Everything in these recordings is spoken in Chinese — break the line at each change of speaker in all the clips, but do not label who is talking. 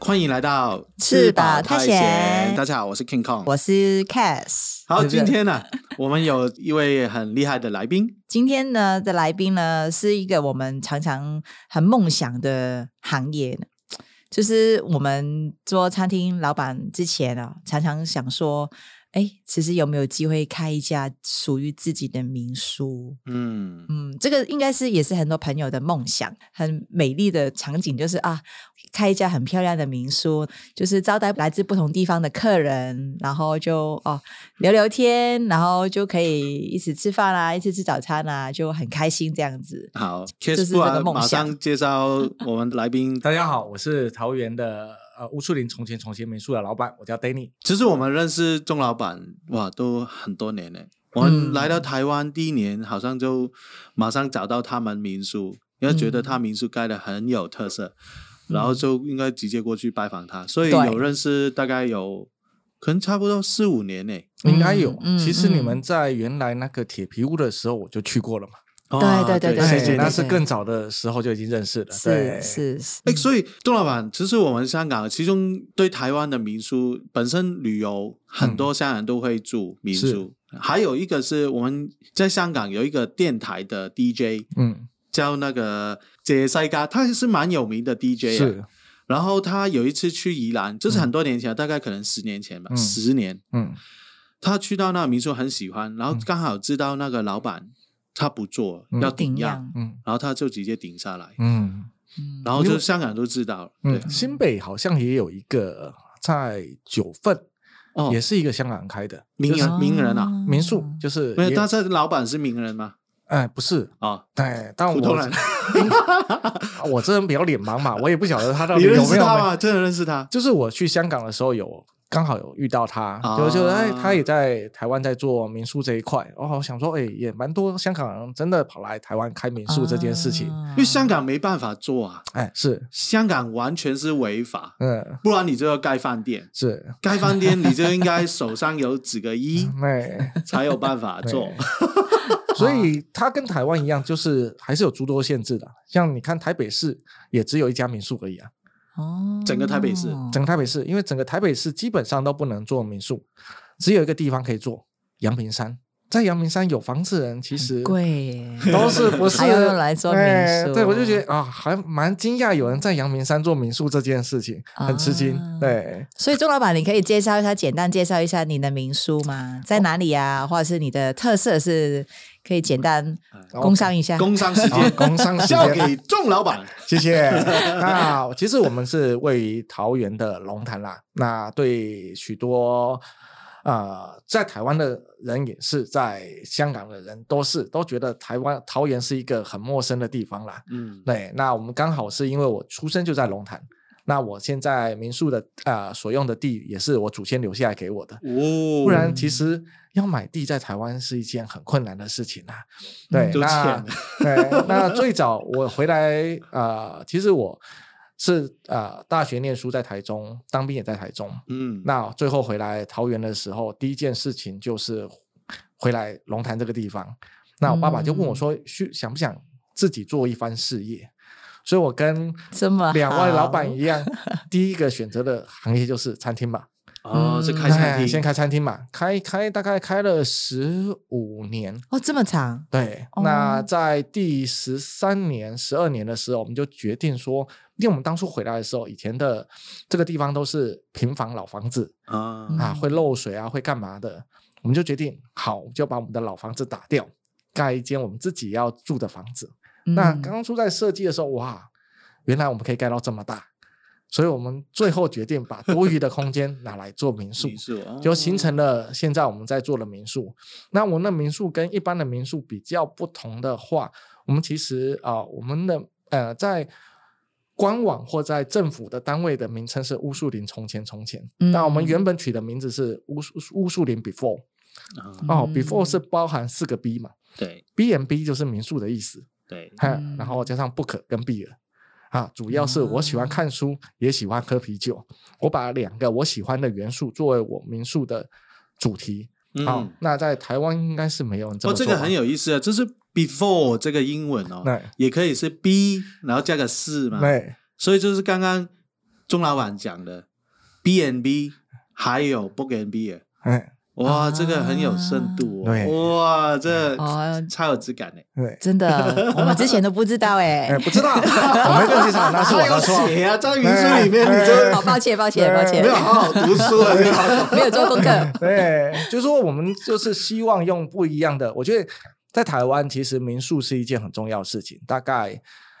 欢迎来到
翅膀探险
大家好，我是 King Kong。
我是 Cass。
好，
对不
今
对
天呢、我们有一位很厉害的来宾，
今天呢的来宾呢是一个我们常常很梦想的行业呢，就是我们做餐厅老板之前啊，常常想说，哎，其实有没有机会开一家属于自己的民宿？
嗯，
嗯，这个应该是也是很多朋友的梦想，很美丽的场景，就是啊，开一家很漂亮的民宿，就是招待来自不同地方的客人，然后就哦聊聊天，然后就可以一起吃饭啊啦、一起吃早餐啦、就很开心这样子。
好
这
，Kiss
是
不
这
然
个梦
马
想
上介绍我们来宾。
大家好，我是桃园的呃乌树林从前从前民宿的老板，我叫 Danny。
其实我们认识钟老板哇，都很多年了。我们来到台湾第一年，好像就马上找到他们民宿，因为觉得他民宿盖的很有特色，
嗯
然后就应该直接过去拜访他，所以
对
有认识大概有可能差不多四五年呢。
嗯
应该有，
嗯
其实你们在原来那个铁皮屋的时候我就去过了嘛，
哦
对对对
谢
对
谢
对
你
那是更早的时候就已经认识了，
是
对，
是是，
嗯
哎，所以钟老板，其实我们香港，其中对台湾的民宿本身旅游，很多香港人都会住民宿。还有一个是我们在香港有一个电台的 DJ
嗯，
叫那个杰西嘎，他是蛮有名的 DJ 啊、
是，
然后他有一次去宜兰，这是很多年前，大概可能十年前吧，
嗯
十年。
嗯，
他去到那个民宿很喜欢，然后
嗯
刚好知道那个老板他不做，
嗯
要
顶
顶样，
样，
嗯，
然后他就直接顶下来，
嗯，
嗯
然后
因
就
为
香港人都知道了，对
嗯，，新北好像也有一个在九份，
哦
也是一个香港人开的
哦
名人名人啊，
民宿，就是
没有，
也
但是老板是名人吗？
哎不是，
啊，
哎，但
普通
我
人，
我这人比较脸盲嘛，我也不晓得他到
你
底有没
认
有
识他
没
吗？真的认识他？
就是我去香港的时候有刚好有遇到他，
啊
就就哎，他也在台湾在做民宿这一块，然后我想说，哎，也蛮多香港人真的跑来台湾开民宿这件事情，
啊
因为香港没办法做啊，
哎，是，
香港完全是违法，
嗯，
不然你就要盖饭店，
是，
盖饭店你就应该手上有几个 亿
哎，
才有办法做。
所以他跟台湾一样，就是还是有诸多限制的，像你看台北市也只有一家民宿而已啊，
哦
整个台北市
整个台北市，因为整个台北市基本上都不能做民宿，只有一个地方可以做，阳明山。在阳明山有房子的人，其实
贵 耶，
都是不是
还要用来做民
哎
宿
对，我就觉得啊，还蛮惊讶，有人在阳明山做民宿这件事情，很吃惊。
啊
对，
所以钟老板，你可以介绍一下，简单介绍一下你的民宿吗？在
哦
哪里啊？或者是你的特色是？可以简单工商一下。
工商时
好
间
哦啊工 商时
交
间，
给钟老板，
谢谢。那其实我们是位于桃园的龙潭啦，那对许多。呃，在台湾的人也是，在香港的人都是都觉得台湾桃园是一个很陌生的地方啦。
嗯，
对，那我们刚好是因为我出生就在龙潭，那我现在民宿的呃所用的地也是我祖先留下来给我的，
哦，
不然其实要买地在台湾是一件很困难的事情啊。对，
就
那
欠
对，那最早我回来呃，其实我是呃大学念书在台中，当兵也在台中，
嗯，
那最后回来桃园的时候，第一件事情就是回来龙潭这个地方。那我爸爸就
嗯
问我说：“去想不想自己做一番事业？”所以，我跟
这么好
两位老板一样，第一个选择的行业就是餐 厅嘛。
哦，
嗯
是开餐
哎
厅，
先开餐厅嘛，开开大概开了十五年。
哦，这么长，
对，
哦
那在第十三年、十二年的时候，我们就决定说，因为我们当初回来的时候，以前的这个地方都是平房老房子，
啊，
啊，
嗯
会漏水啊，会干嘛的，我们就决定好，我们就把我们的老房子打掉，盖一间我们自己要住的房子。那
嗯
当初在设计的时候，哇，原来我们可以盖到这么大，所以我们最后决定把多余的空间拿来做民宿
民，宿哦
就形成了现在我们在做的民宿。那我们的民宿跟一般的民宿比较不同的话，我们其实啊、呃我们的呃在。官网或在政府的单位的名称是乌树林从前从前，那我们
嗯
原本取的名字是乌树乌树林 Before
啊
哦
嗯
，Before 是包含四个 B 嘛
对
，B and B 就是民宿的意思，
对，
哈
嗯，
然后加上 book 跟 beer 啊，主要是我喜欢看
哦
书，也喜欢喝啤酒，我把两个我喜欢的元素作为我民宿的主题。好
嗯，，
那在台湾应该是没有人这
哦，
么做
这
吧，
个很有意思啊，就是 before 这个英文哦，
对
也可以是 b，然后加个四嘛，
对
所以就是刚刚钟老板讲的 B&B 还有 Book and Beer，
哎，
哇，
啊
这个很有深度
啊对
哦，哇，这
哦
超有质感呢。
对，
真 的，我们之前都不知道哎、
哎，不知道， 我没跟机场，啊那是我
他有
的错。
写啊，在名书里面
哎
你这
好、抱歉，抱歉，抱歉
没，有好好读书啊，你好好
没有做功 课。
对，就是说我们就是希望用不一样的。我觉得在台湾，其实民宿是一件很重要的事情。大概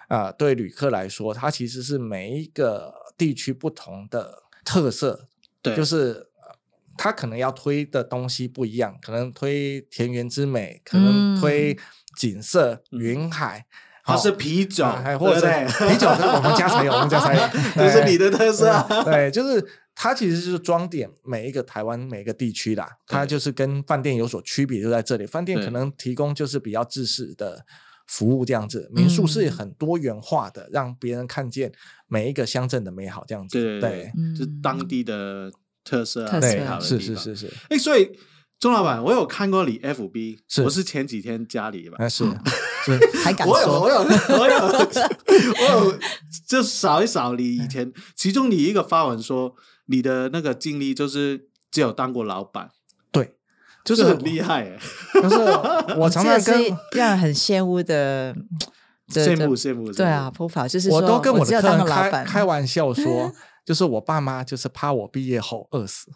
啊、呃对旅客来说，它其实是每一个地区不同的特色，
对，
就是呃它可能要推的东西不一样，可能推田园之美，可能
嗯
推景色、
嗯
云海。
它
好
是啤酒
啊，哎，或者
对不对，
啤酒，我们家才有，我们家才有
这是
哎
你的特色啊。
对，就是它其实就是装点每一个台湾每一个地区啦，它
对
就是跟饭店有所区别，就在这里。饭店
对
可能提供就是比较制式的服务这样子，民宿是
嗯
很多元化的，让别人看见每一个乡镇的美好这样子。
对对
对，
嗯
就是当地的特色啊，
特色
美好的
是
地
是
方
是是，
哎，所以钟老板，我有看过你 FB，
是嗯
我是前几天加你吧。
那呃是是
还敢
我有
说
我有我有 我有，就扫一扫你以前，其中你一个发文说你的那个经历就是只有当过老板，
对，就
就是是很厉害欸，
就是 我常常
这
跟
个是让人很羡慕的，的
羡慕
的
羡慕。
对
羡
啊，
慕，
p r o f i l e 就是
我
说
都跟
我
我
只有
的客
当
人
个老
开
板
开玩笑 说，就是我爸妈就是怕我毕业后饿死，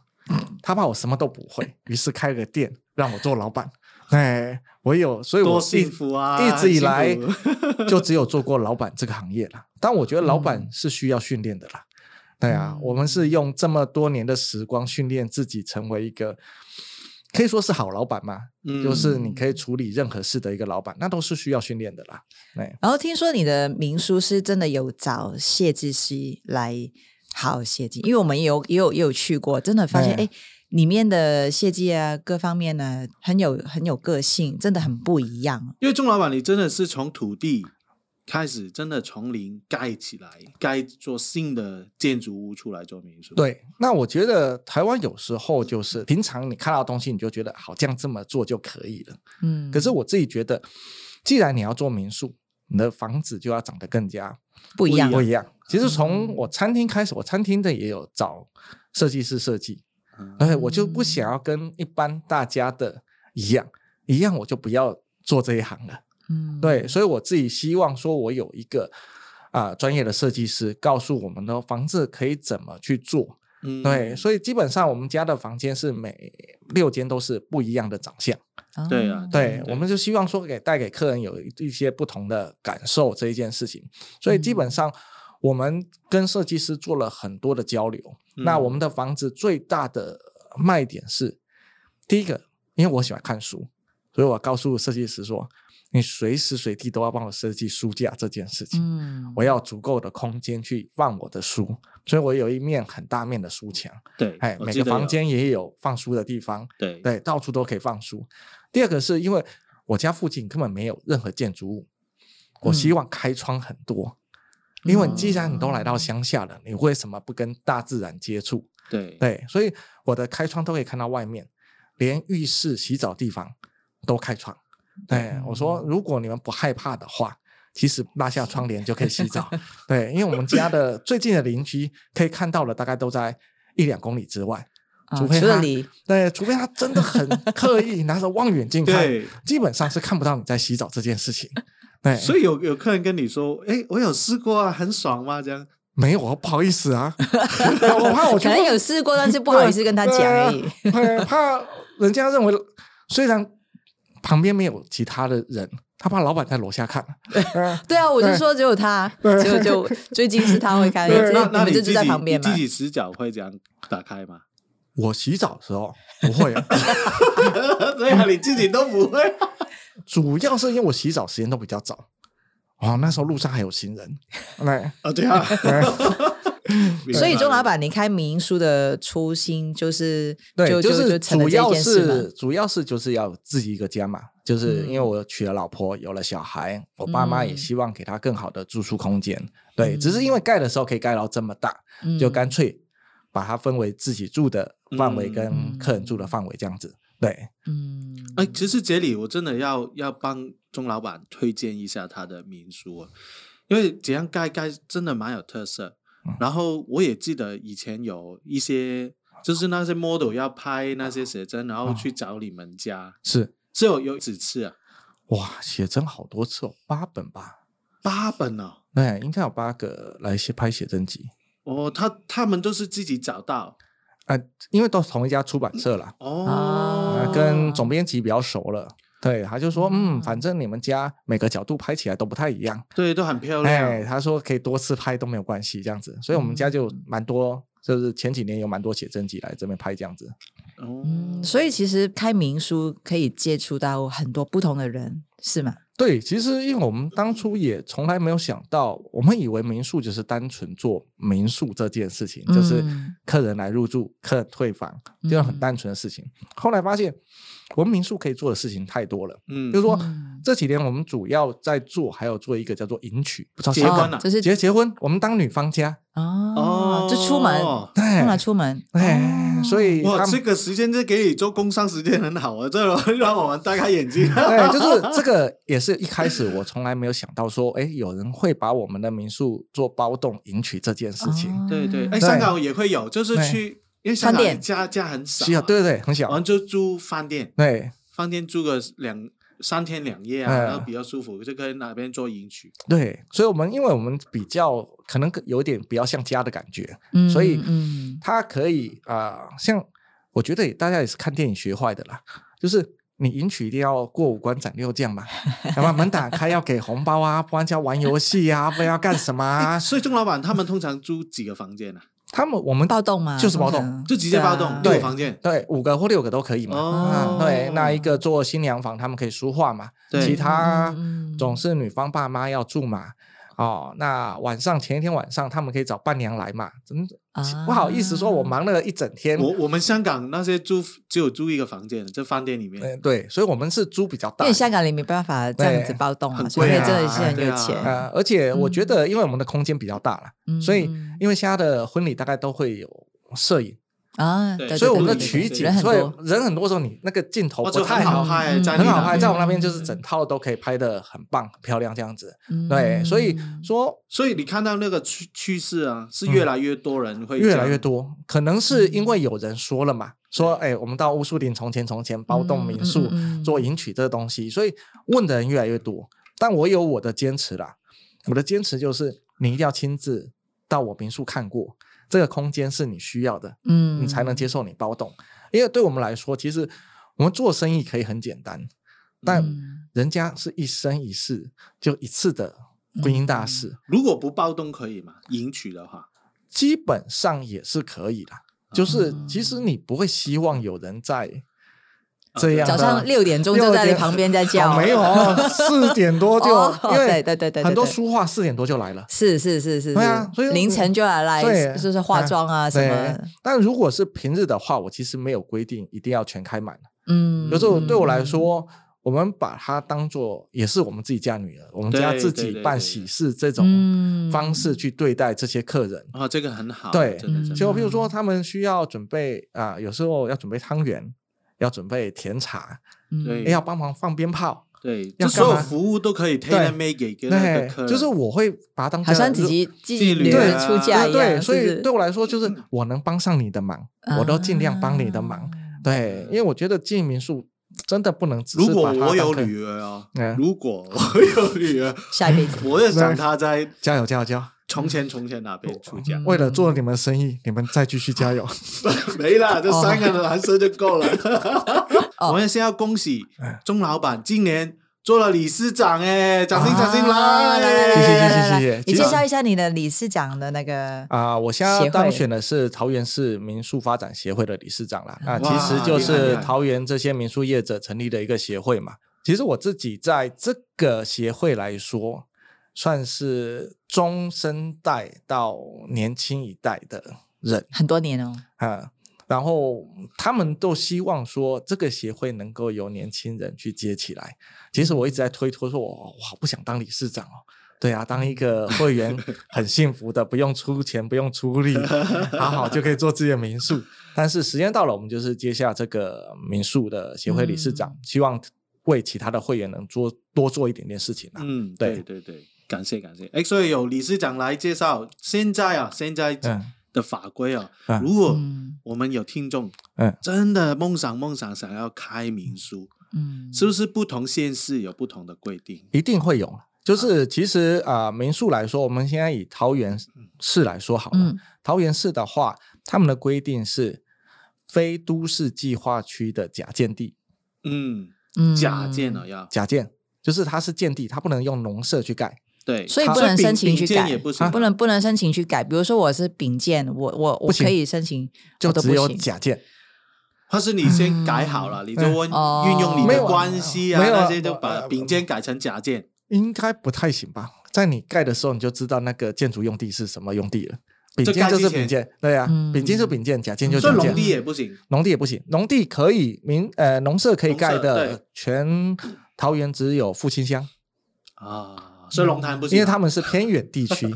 他怕我什么都不会， 于是开个店让我做老板。哎，我有，所以
多
我一
幸福啊！
一直以来
很幸福
就只有做过老板这个行业啦。但我觉得老板
嗯
是需要训练的啦。对啊
嗯，
我们是用这么多年的时光训练自己成为一个。可以说是好老板嘛，
嗯
就是你可以处理任何事的一个老板，那都是需要训练的啦。哎，
然后听说你的民书是真的有找谢志熙来好谢记，因为我们也有也有也有去过，真的发现哎、
对
诶里面的谢记啊，各方面呢很有很有个性，真的很不一样。
因为钟老板，你真的是从土地开始，真的从零盖起来，盖做新的建筑物出来做民宿。，
对，那我觉得台湾有时候就是平常你看到的东西，你就觉得好像这么做就可以了。
嗯，
可是我自己觉得，既然你要做民宿，你的房子就要长得更加
不一样，
不一样。其实从
嗯
我餐厅开始，我餐厅的也有找设计师设计，而且我就
嗯
不想要跟一般大家的一样，一样我就不要做这一行了。
嗯，
对，所以我自己希望说，我有一个啊、专业的设计师告诉我们的房子可以怎么去做。
嗯
对，所以基本上我们家的房间是每六间都是不一样的长相。
哦
对啊
对，
对
我们就希望说给带给客人有一些不同的感受这一件事情。所以基
嗯
本上我们跟设计师做了很多的交流。那
嗯
我们的房子最大的卖点是，第一个，因为我喜欢看书，所以我告诉设计师说，你随时随地都要帮我设计书架这件事情。
嗯，
我要足够的空间去放我的书，所以我有一面很大面的书墙，
对，
哎，
嗯我
每
记
个
得有
房间也有放书的地方，
对
对，到处都可以放书。第二个是因为我家附近根本没有任何建筑物，我希
嗯
望开窗很多，因为既然你都来
哦
到乡下了，你为什么不跟大自然接触？
对
对，所以我的开窗都可以看到外面，连浴室、洗澡地方都开窗。
嗯
对，我说如果你们不害怕的话，其实拉下窗帘就可以 洗澡。对，因为我们家的最近的邻居可以看到了，大概都在一两公里之外。
啊
除非
除了
他
你，
对，除非他真的很刻意拿着望远镜看，
对，
基本上是看不到你在洗澡这件事情。对，
所以有有客人跟你说，哎，我有试过啊，很爽吗？这样，
没有，不好意思 啊，我怕我
可能有试过，但是不好意思跟他讲而已。
对啊怕人家认为，虽然旁边没有其他的人，他怕老板在楼下看。嗯
对啊，我就说只有他，只有就最近是他会开，
对
这
那那
你们
你
就
自己
住在旁边
你
嘛
自。己死角会这样打开吗？
我洗澡的时候不会、啊，
对啊，你自己都不会，
主要是因为我洗澡时间都比较早。哦，那时候路上还有行人，对，
啊，对 啊，
所以钟老板，你开民宿的初心就是
对，
就
就是
就成了
主
这
要
件事嘛
是。主要是就是要自己一个家嘛，就是因为我娶了老婆，有了小孩，我爸妈也
嗯
希望给他更好的住宿空间。对，只是
嗯
因为盖的时候可以盖到这么大，
嗯
就干脆把它分为自己住的范围
嗯
跟客人住的范围这样子。对，
嗯，
哎，其实这里我真的要要帮钟老板推荐一下他的民宿、啊，因为怎样盖盖真的蛮有特色。然后我也记得以前有一些，就是那些 model 要拍那些写真，然后去找你们家，
是
是有有几次啊？
哇，写真好多次哦，八本吧？
八本哦，
对，应该有八个来写拍写真集
哦，他他们都是自己找到
啊、因为都是同一家出版社啦，
哦，
啊，跟总编辑比较熟了。对，他就说，
嗯
嗯，反正你们家每个角度拍起来都不太一样，
对都很漂
哎，
亮，哦
他说可以多次拍都没有关系，这样子，所以我们家就蛮多，就是前几年有蛮多写真集来这边拍这样子。
哦，
嗯，所以其实开民书可以接触到很多不同的人，是吗？
对，其实因为我们当初也从来没有想到，我们以为民宿就是单纯做民宿这件事情，就是
嗯
客人来入住、客人退房，这样很
嗯
单纯的事情。后来发现，我们民宿可以做的事情太多了，
嗯，
就是说
嗯
这几年我们主要在做，还有做一个叫做迎娶，不知道啊
结婚啊了
哦就是
结结婚，我们当女方家，
哦，就出门，
哦
哎
干嘛出门？哦
哎，所以
哇，
他们
这个时间就给你做工商时间很好啊，这种 让我们大开眼 界。
对，哎就是这个也是一开始我从来没有想到说，哎，有人会把我们的民宿做包栋迎娶这件事情。
哦
对对，哎，
对
香港也会有，就是
对
去，因为香
饭
港
店
家家很少，
小，，对对对，很小
然，后就住饭店，
对
饭店住个两三天两夜啊，
嗯
然后比较舒服，就可以那边做迎娶。
对，所以我们因为我们比较可能有点比较像家的感觉，
嗯
所以
嗯，
它可以啊、呃像我觉得也大家也是看电影学坏的啦，就是。你迎娶一定要过五关斩六 将嘛，那么门打开要给红包啊，不然就要玩游戏啊，不然要干什 么啊？
所以钟老板他们通常租几个房间啊？
他们我们
暴动吗？
就是暴动
通常
就直接包栋六
对啊
个
对
房间。
对，五个或六个都可以嘛。
哦
啊，对，那一个做新娘房，他们可以书画嘛，
对
其他
嗯嗯嗯
总是女方爸妈要住嘛。哦，那晚上前一天晚上，他们可以找伴娘来嘛？怎么
啊
不好意思说，我忙了一整天。
我我们香港那些租只有租一个房间，在饭店里面。
嗯，对，所以我们是租比较大
因为，香港你没办法这样子暴动
对
嘛，
很
所以
贵
啊
真的是很
对
有
啊
钱。
呃，而且我觉得，因为我们的空间比较大了，
嗯
所以
嗯
因为现在的婚礼大概都会有摄影，
啊，
对
对
所以我们的
对对对
取景
人，很
所以
多，
人很多时候你那个镜头
或
不
者
太
哦很好
好，
拍，
嗯
在
很好
那
拍，在
边
我们那边就是整套都可以拍的很棒、很漂亮这样子。
嗯
对，所以说
所以你看到那个趋趋势啊，是越来越多人会
嗯越来
这
越
样。
多，可能是
嗯
因为有人说了嘛，说哎，我们到乌树林从前从前包栋民宿
嗯嗯嗯嗯
做迎娶这个东西，所以问的人越来越多。但我有我的坚持啦，我的坚持就是你一定要亲自到我民宿看过，这个空间是你需要的，
嗯
你才能接受你包栋。因为对我们来说，其实我们做生意可以很简单，但
嗯
人家是一生一世就一次的婚姻大事。
嗯
如果不暴动可以吗？迎娶的话，
基本上也是可以的。
哦
就是其实你不会希望有人在这样
哦早
的
上六点钟就在你旁边在叫，
哦没 有哦四点多就，
哦
因
对对
为
对对对
很多
对
书画四点多就来了。
是是是是，
对啊
是
所以
凌晨就要来，
对
就是化妆啊什
对
么，，
但如果是平日的话，我其实没有规定一定要全开满。
嗯，
有时候对我来说，我们把它当做也是我们自己家女儿，我们家
对
自
对
己
对
办
对
喜事这种
嗯，嗯
方式去对待这些客人。
啊，这个很好，
对
真的真的
就譬如说，他们需要准备啊、有时候要准备汤圆，要准备甜茶，
嗯
对
要帮忙放鞭炮，
对，
要
就所有
干嘛
服务都可以 tailor made 给给那个
对
客，人，
就是我会把它当
好像
家
自己自己
妓女
女儿
啊
出
这
嫁一
对
样，
对，所
是
以
不
对我来说，
嗯
就是我能帮上你的忙，
是
我都尽量帮你的
啊
忙。，
嗯
对，因为我觉得经营民宿真的不能只
如
是
果
把它
我有
当成
女儿哦，
嗯
如果我有女儿，
下 一辈子
我也想她在
加油加油加油！
从前从前那边出嫁。
为了做你们的生意，你们再继续加油。
嗯 没啦，这三个男生就够了。
哦
我们先要恭喜钟老板今年做了理事长哎，掌声掌声
啊来来来
谢谢
来！
来来来
谢谢
来
谢谢
你
其
介
实
绍一下你的理事长的那个
啊，我现
协
在
会
当选的是桃园市民宿发展协会的理事长啦。那其
哇
实就
厉害厉
是
害
桃园这些民宿业者成立的一个协会嘛。其实我自己在这个协会来说，算是中生代到年轻一代的人
很多年哦，
啊。然后他们都希望说，这个协会能够由年轻人去接起来。其实我一直在推脱说，我我好不想当理事长哦。对啊，当一个会员很幸福的，不用出钱，不用出力，好好就可以做自己的民宿。但是时间到了，我们就是接下这个民宿的协会理事长，
嗯
希望为其他的会员能做多做一点点事情啊。
嗯，对
对
对对，感谢感谢。哎，所以有理事长来介绍，现在啊，现在
嗯
的法规啊，
嗯
如果
嗯
我们有听众，
嗯
真的梦想梦想想要开民宿，
嗯，
是不是不同县市有不同的规定？
一定会有。就是其实啊、呃民宿来说，我们现在以桃园市来说好了。
嗯
桃园市的话，他们的规定是非都市计划区的假建地，
嗯，
嗯
假建了，要
假建哦就是它是建地，它不能用农舍去盖。
对，
所以
它
不能
所以
申请
丙
去
建
改
也不
啊
行，
不能不能申请去改。比如说我是丙建，我我我
不行
可以申请，
就
我哦都
只
不
有
行。
假建，
或是你先改好了，你就问
哦
运用你的
没有啊
关系啊
嗯没有啊
那些，就
我
把
呃
丙建改成甲建。
应该不太行吧？在你盖的时候，你就知道那个建筑用地是什么用地了。丙
就
建
盖
就
之
是
前
丙建，对啊，
嗯
丙建就丙建，假建就
所
假
以
建
农。地也不行，
农地也不行，农地可以民呃农舍可以
农舍
盖
对
的，全桃园只有复兴乡，
啊，所以龙潭不行，
嗯因为他们是偏远地区。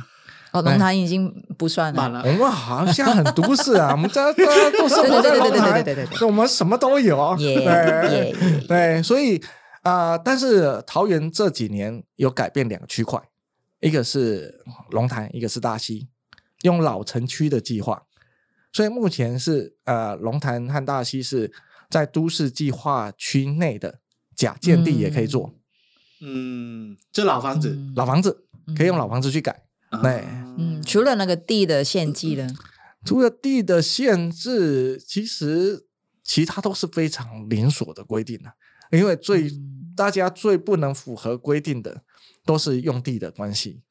哦，
哎
龙潭已经不算
满
了。
了
我。们好像很都市啊，我们这这都是活在龙
对对对对对
潭，
对对对对
我们什么都有。
耶
对
耶耶
对，所以啊、呃但是桃园这几年有改变两个区块，一个是龙潭，一个是大溪，用老城区的计划，所以目前是呃龙潭和大溪是在都市计划区内的假建地也可以做、
嗯，这老房子，
嗯
老房子，可以用
嗯
老房子去改。
啊
对
嗯，除了那个地的献祭
嗯
呢，
除了地的限制，其实其他都是非常零锁的规定啊。因为最、
嗯
大家最不能符合规定的，都是用地的关系。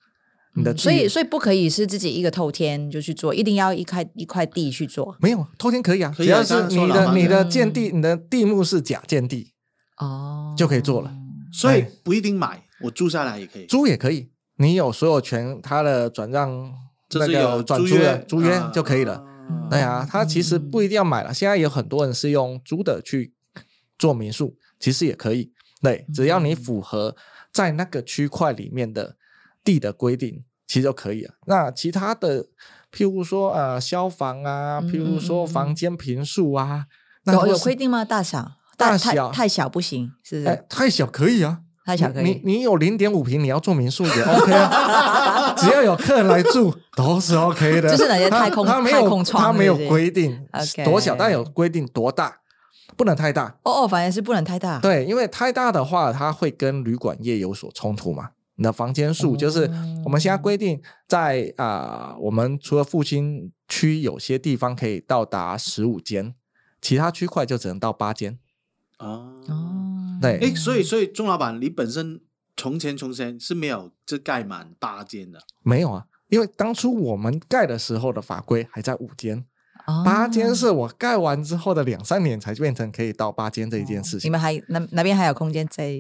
你的
嗯
地
所以所以不可以是自己一个透天就去做，一定要一块一块地去做
没有偷天可以啊，
可以
只
啊
要是
刚才说
你
了
的
嘛
你的
嗯
建地，你的地目是假建地，
哦，
就可以做了。
所以不一定买，我住下来也可以。
租也可以，你有所有权，它的转让
就
那
是
个
有
转租
约
的，租约
啊
就可以了。
嗯
啊
对啊，它其实
哦
不一定要买了。现在有很多人是用租的去做民宿，其实也可以。对，只要
嗯
你符合在那个区块里面的地的规定，其实就可以了。那其他的，譬如说呃消防啊，譬如
嗯
说房间平数啊，那
有
如
有
果是
规定吗？大小太
大小
太小不行，是不
哎
是？
太小可以啊，
太小可
你
以。
你你有零点五平，你要做民宿也 OK 啊， 只要有客人来住都是 OK 的。
就是那些
他
太空
他没
太
有
空窗
他没
是
有
不是
规定
OK
多小，但有规定多大，不能太大。
哦哦，反正是不能太大。
对，因为太大的话，它会跟旅馆业有所冲突嘛。你的房间
哦
数就是我们现在规定在啊、我们除了复兴区有些地方可以到达十五间，其他区块就只能到八间。
哦，
哦，
对
哎，所以所以钟老板，你本身从前从前是没有这盖满八间 的，
没有啊，因为当初我们盖的时候的法规还在五间，
哦
八间是我盖完之后的两三年才变成可以到八间这一件事
你
情。
们还哪哪边还有空间 再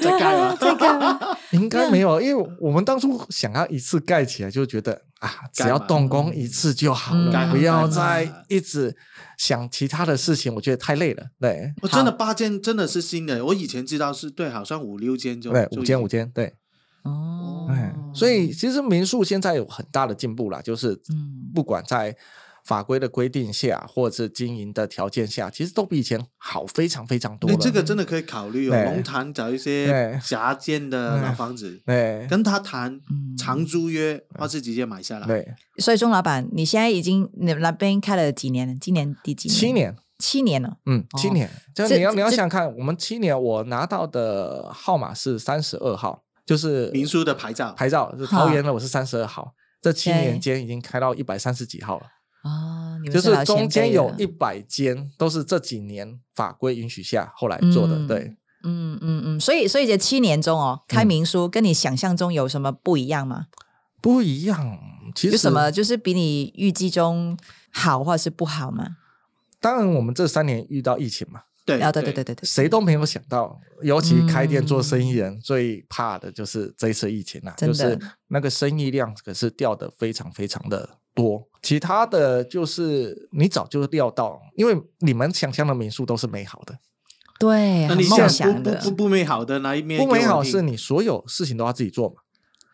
在盖吗
再 盖吗？
应该没有，因为我们当初想要一次盖起来，就觉得啊，
嗯
只要动工一次就好
盖
了，
满
不要
嗯盖
再
满
一直想其他的事情，我觉得太累了。对，
我哦真的八间真的是新的，我以前知道是对，好像五六间就
对，
就
五
已
间
经
五间，对，
哦
哎，所以其实民宿现在有很大的进步啦，就是
嗯
不管在法规的规定下，或者是经营的条件下，其实都比以前好非常非常多
哎，
了。
这个真的可以考虑哦。
对
龙潭找一
对
些狭间的老房子，
对
跟他谈
嗯
长租约，或是直接买下来。
对，
所以钟老板，你现在已经你那边开了几年了？今年第几年？
七，年，
七年了。
嗯，七
哦
年。就
这
你要你要
这
想看，我们七年我拿到的号码是三十二号，就是
民宿的牌照，
牌照，就是桃园的我是三十二号。这七
对
年间已经开到一百三十几号了，
哦，你们
就是
老前
中间
辈
有
了
一百间都是这几年法规允许下后来做的，
嗯
对。
嗯嗯嗯，所以所以这七年中哦，开
嗯
民宿跟你想象中有什么不一样吗？
不一样，其实
有什么就是比你预计中好或者是不好吗？
当然，我们这三年遇到疫情嘛，
对
啊，对对对对对，
谁都没有想到，尤其开店做生意人最怕的就是这一次疫情
嗯
啦、啊
真
就
的
是那个生意量可是掉的非常非常的多。其他的就是你早就料到，因为你们想象的民宿都是美好的，
对，
那
很
你
梦
现在
想
不不
的
不。不美好的那一面，
不美好是。你所有事情都要自己做嘛。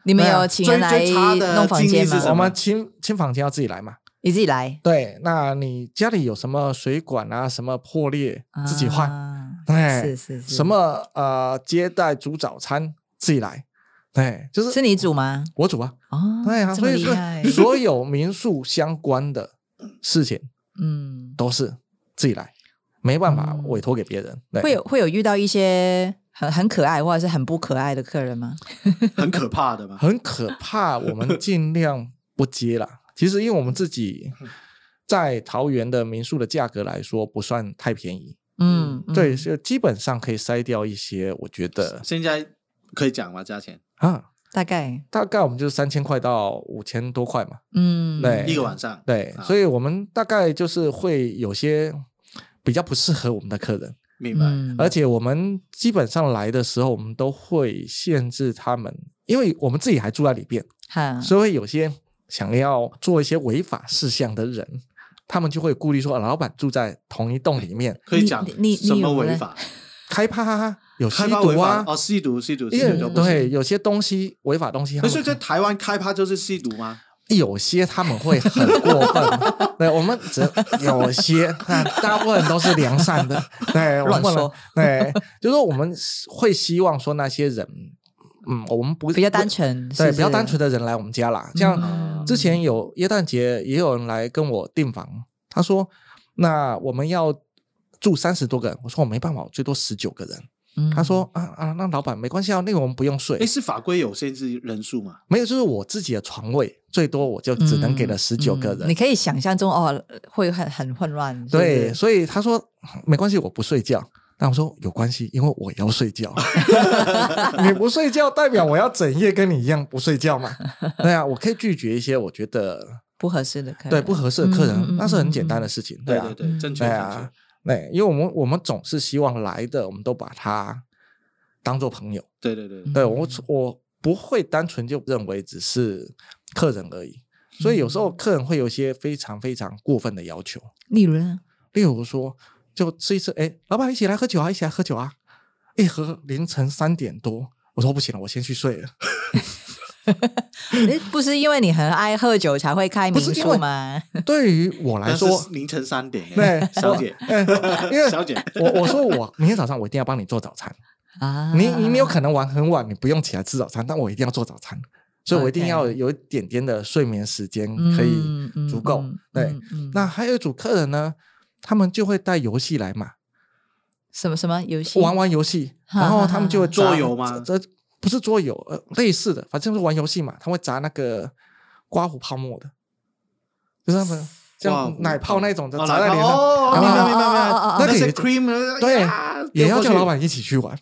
你们
对啊
有请
最
人来
最差的
弄房
经历
间
是什
我
吗
么？
们清清房间要自己来嘛。
你自己来，
对，那你家里有什么水管啊，什么破裂自己换。
啊
哎
是是是，
什么呃接待煮早餐自己来，对，就是
是你煮吗？
我煮啊，
哦，
对啊，
这么
所以
厉
说
害，
所有民宿相关的事情
嗯，
都是自己来，没办法
嗯
委托给别人。对
会有会有遇到一些很很可爱或者是很不可爱的客人吗？
很可怕的嘛。
很可怕，我们尽量不接啦。 其实，因为我们自己
嗯
在桃园的民宿的价格来说，不算太便宜，
嗯，嗯
对，是基本上可以筛掉一些。我觉得
现在可以讲吗？价钱
啊，
大概，
大概我们就是三千块到五千多块嘛。
嗯，
对
一个晚上，
对，
啊
所以我们大概就是会有些比较不适合我们的客人，
明白？
嗯，
而且我们基本上来的时候，我们都会限制他们，因为我们自己还住在里边，
哈，
所以有些想要做一些违法事项的人，他们就会顾虑说，啊老板住在同一栋里面，
可以讲
你你你
什么
有
违
嘞
法？
开趴啊有吸
开发违
毒
法
啊，
哦，吸毒吸毒吸毒
因为
就不行。
对有些东西违法东西，
那
他们
所以在台湾开趴就是吸毒吗？
有些他们会很过 分，对我们只有些，但大部分都是良善的，对，我
乱
们
说，
对，就是我们会希望说那些人，嗯，我们不
比较单，纯，
不
是
对，
不
比较单纯
的，
的人来我们家啦。像
嗯
之前有耶诞节，也有人来跟我订房，他说那我们要住三十多个人，我说我没办法，我最多十九个人。
嗯
他说啊啊，那老板没关系啊，那个我们不用睡
哎，，是法规有限制人数嘛？
没有，就是我自己的床位，最多我就只能给了十九个
嗯
人
你。可以想象中哦，会很很混乱，是不是
对，所以他说没关系，我不睡觉。那我说有关系，因为我要睡觉。 你不睡觉，代表我要整夜跟你一样不睡觉嘛？ 对啊，我可以拒绝一些我觉得
不合适的客人，
对不合适的
嗯
客
嗯
人，
嗯
那是很简
嗯
单的
嗯
事情。
对
啊
对，对，
嗯
正确
对
正确
啊。，对，因为我们我们总是希望来的，我们都把他当做朋友。
对对对，对
对
嗯
我我不会单纯就认为只是客人而已，所以有时
嗯
候客人会有一些非常非常过分的要求。
例如呢，
例如说，就吃一次，哎，老板一起来喝酒啊，一起来喝酒啊，一喝凌晨三点多，我说不行了，我先去睡了。
诶不是因为你很爱喝酒才会开
不
民
是因
宿
为
吗？
对于我来
但是
说，
凌晨三点，
对，
小姐，
哎，因为
小姐，
我我说我明天早上我一定要帮你做早餐，
啊，
你你你有可能玩很晚，你不用起来吃早餐，但我一定要做早餐，所以我一定要
OK
有一点点的睡眠时间可以
嗯
足够。
嗯
对，
嗯嗯
那还有一组客人呢，他们就会带游戏来嘛，
什么什么游戏
玩玩游戏，
哈
然后他们就会
哈哈
砸
桌游吗
这这不是桌游，呃，类似的，反正就是玩游戏嘛。他会砸那个刮胡泡沫的，就是 他们
哇
像奶泡那种的
哦
砸在
奶
脸
泡
上，
哦，明白
啊
明白明
哦哦哦
白
哦，
那个
些
也
cream
对
呀
也要
丢过去
叫老板一起去玩。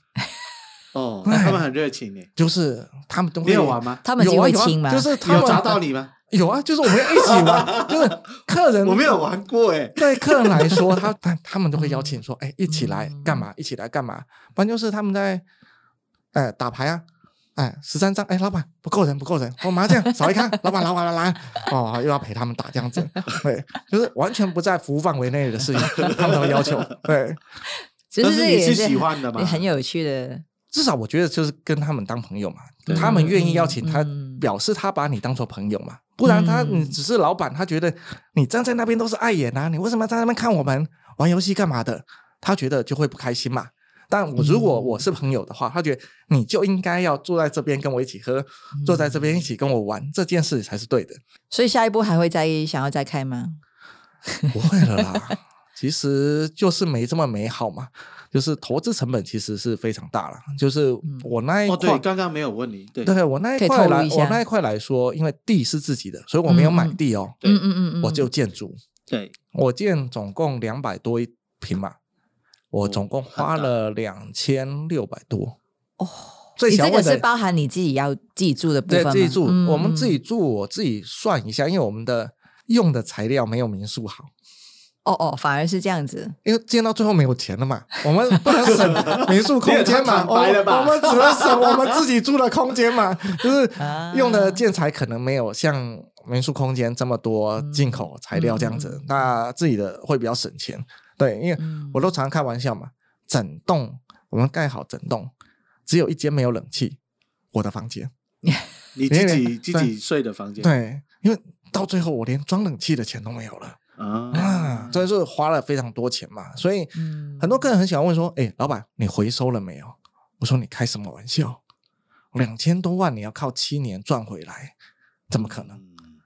哦，那他们很热情诶，
就是他们都
没
会
有玩吗？
他们
有
有
啊
会
有
亲
啊，
吗？
就是他
有
们
砸到你吗？
有啊，就是我们要一起 玩，就是客人
我没有。玩过诶，
对客人来说，他他他们都会邀请说，哎，一起来
嗯
干嘛？一起来干嘛？不然就是他们在，哎，打牌啊，哎，十三张，哎，老板不够人，不够人，我、麻将少一看，老板，老板，老板，哦，又要陪他们打这样子，对，就是完全不在服务范围内的事情，他们都要求，对，
其
但
实
是
这
你
也
是
是
喜欢的嘛
也很有趣的，
至少我觉得就是跟他们当朋友嘛，
对
他们愿意邀请他，
嗯
表示他把你当做朋友嘛，不然他
嗯
你只是老板，他觉得你站在那边都是碍眼啊，你为什么在那边看我们玩游戏干嘛的？他觉得就会不开心嘛。但我如果
嗯
我是朋友的话，他觉得你就应该要坐在这边跟我一起喝，
嗯
嗯坐在这边一起跟我玩，这件事才是对的。
所以下一步还会再想要再开吗？
不会了 啦，其实就是没这么美好嘛。就是投资成本其实是非常大了，就是
嗯
我那一
哦，
块、
对，刚刚没有问你，对
对我那
可
一
以
块
透露
来，
一
我
下
那一块来说，因为地是自己的，所以我没有买
嗯嗯
地哦，
对
嗯嗯嗯嗯，
我就建筑，
对，
我建总共两百多一平嘛，我总共花了两千六百多
哦。
最
你
小
这
位
个是
的
包含你自己要自己住的部
对
分吗？
自己住，
嗯
我们自己住，我自己算一下，因为我们的用的材料没有民宿好。
哦哦，反而是这样子，
因为建到最后没有钱了嘛，我们不能省 民宿空间嘛，我
你也太坦白了吧
我们只能省我们自己住的空间嘛，就是
啊
嗯用的建材可能没有像民宿空间这么多进口材料这样子，
嗯
那自己的会比较省钱。对，因为
嗯
我都常开玩笑嘛，整栋我们盖好整栋，只有一间没有冷气，我的房间。
你自己
对
自己睡的房间，
对，因为到最后我连装冷气的钱都没有了。
啊，
啊，真的是花了非常多钱嘛，所以
嗯
很多客人很喜欢问说：“哎、老板，你回收了没有？”我说：“你开什么玩笑？两千多万你要靠七年赚回来，怎么可能？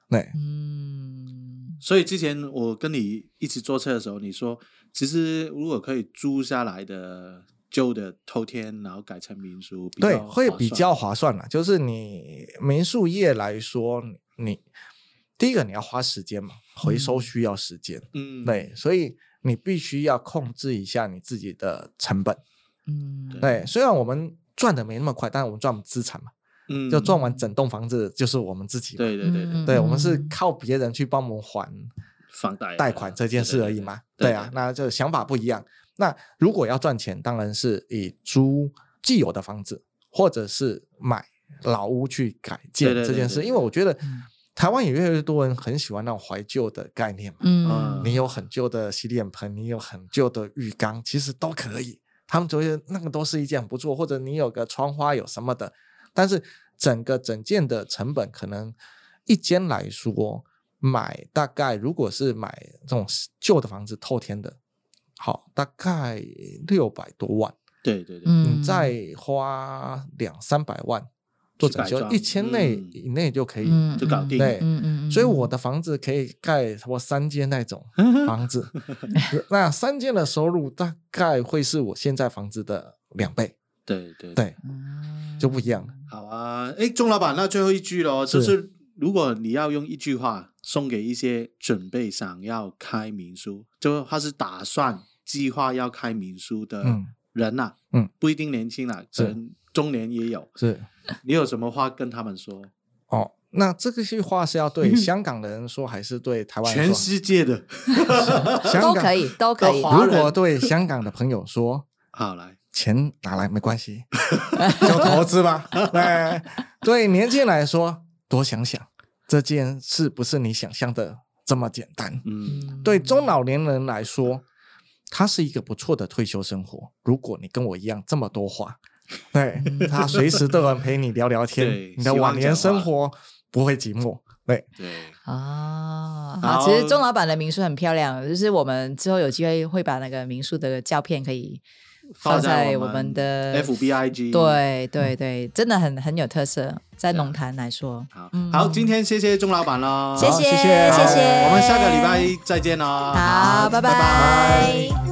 对，
嗯，
所以之前我跟你一起坐车的时候，你说其实如果可以租下来的旧的偷天，然后改成民宿，比较
对，会
划
比
算
较划算啦。就是你民宿业来说，你第一个你要花时间嘛，回收需要时间，
嗯，
对，所以你必须要控制一下你自己的成本。
嗯，
对，虽然我们赚的没那么快，但是我们赚我们资产嘛，
嗯，
就赚完整栋房子就是我们自己嘛。
对对对对
嗯
对，我们是靠别人去帮我们还
房贷啊
贷款这件事而已嘛。对啊，那就想法不一样。那如果要赚钱，当然是以租既有的房子，或者是买老屋去改建
对对对
这件事，
对对
因为我觉得
嗯
台湾也越来越多人很喜欢那种怀旧的概念嘛。
嗯，
你有很旧的洗脸盆，你有很旧的浴缸，其实都可以。他们觉得那个都是一件很不错，或者你有个窗花有什么的，但是整个整件的成本可能一间来说买大概如果是买这种旧的房子透天的，好大概六百多万，
对对对，
嗯
你再花两三百万做整
去
修
改，装
一千内
嗯
以内就可以。
嗯
就搞定
对
嗯嗯嗯，
所以我的房子可以盖差不多三间 那种房子，那三间的收入大概会是我现在房子的两倍，
对对
对，
嗯
就不一样了。
好啊，哎，钟老板，那最后一句咯，就是是如果你要用一句话送给一些准备想要开民宿，就他是打算计划要开民宿的
嗯，
人呐、
嗯，
不一定年轻啦，可
是
能中年也 有，
是
你有什么话跟他们说？
哦。那这个句话是要
嗯
对香港的人说，还是对台湾
全
人 说？
世界的，
香
都
港
可。以，都可以
都，华
如
人
果对香港的朋友说，
好来，
钱拿来没关 系，就投资吧。对，对年轻人来说，多想想这件事不是你想象的这么简单。
嗯，
嗯
对中老年人来说，它是一个不错的退休生活。如果你跟我一样这么多话，对
嗯
他随时都能陪你聊聊
对
天，你的晚年生活不会寂寞。对，
对，
啊，
然
好，其
后
实钟老板的民宿很漂亮，就是我们之后有机会会把那个民宿的照片可以
放
放
在
在
我
我
们
们的
FBIG
嗯
对对对，真的很很有特色，在
啊
龙潭来说，
好，
嗯
好，今天谢谢钟老板喽，
谢
好
谢
谢谢
谢
好
谢，
我们下个礼拜再见喽，
好，拜
拜
拜。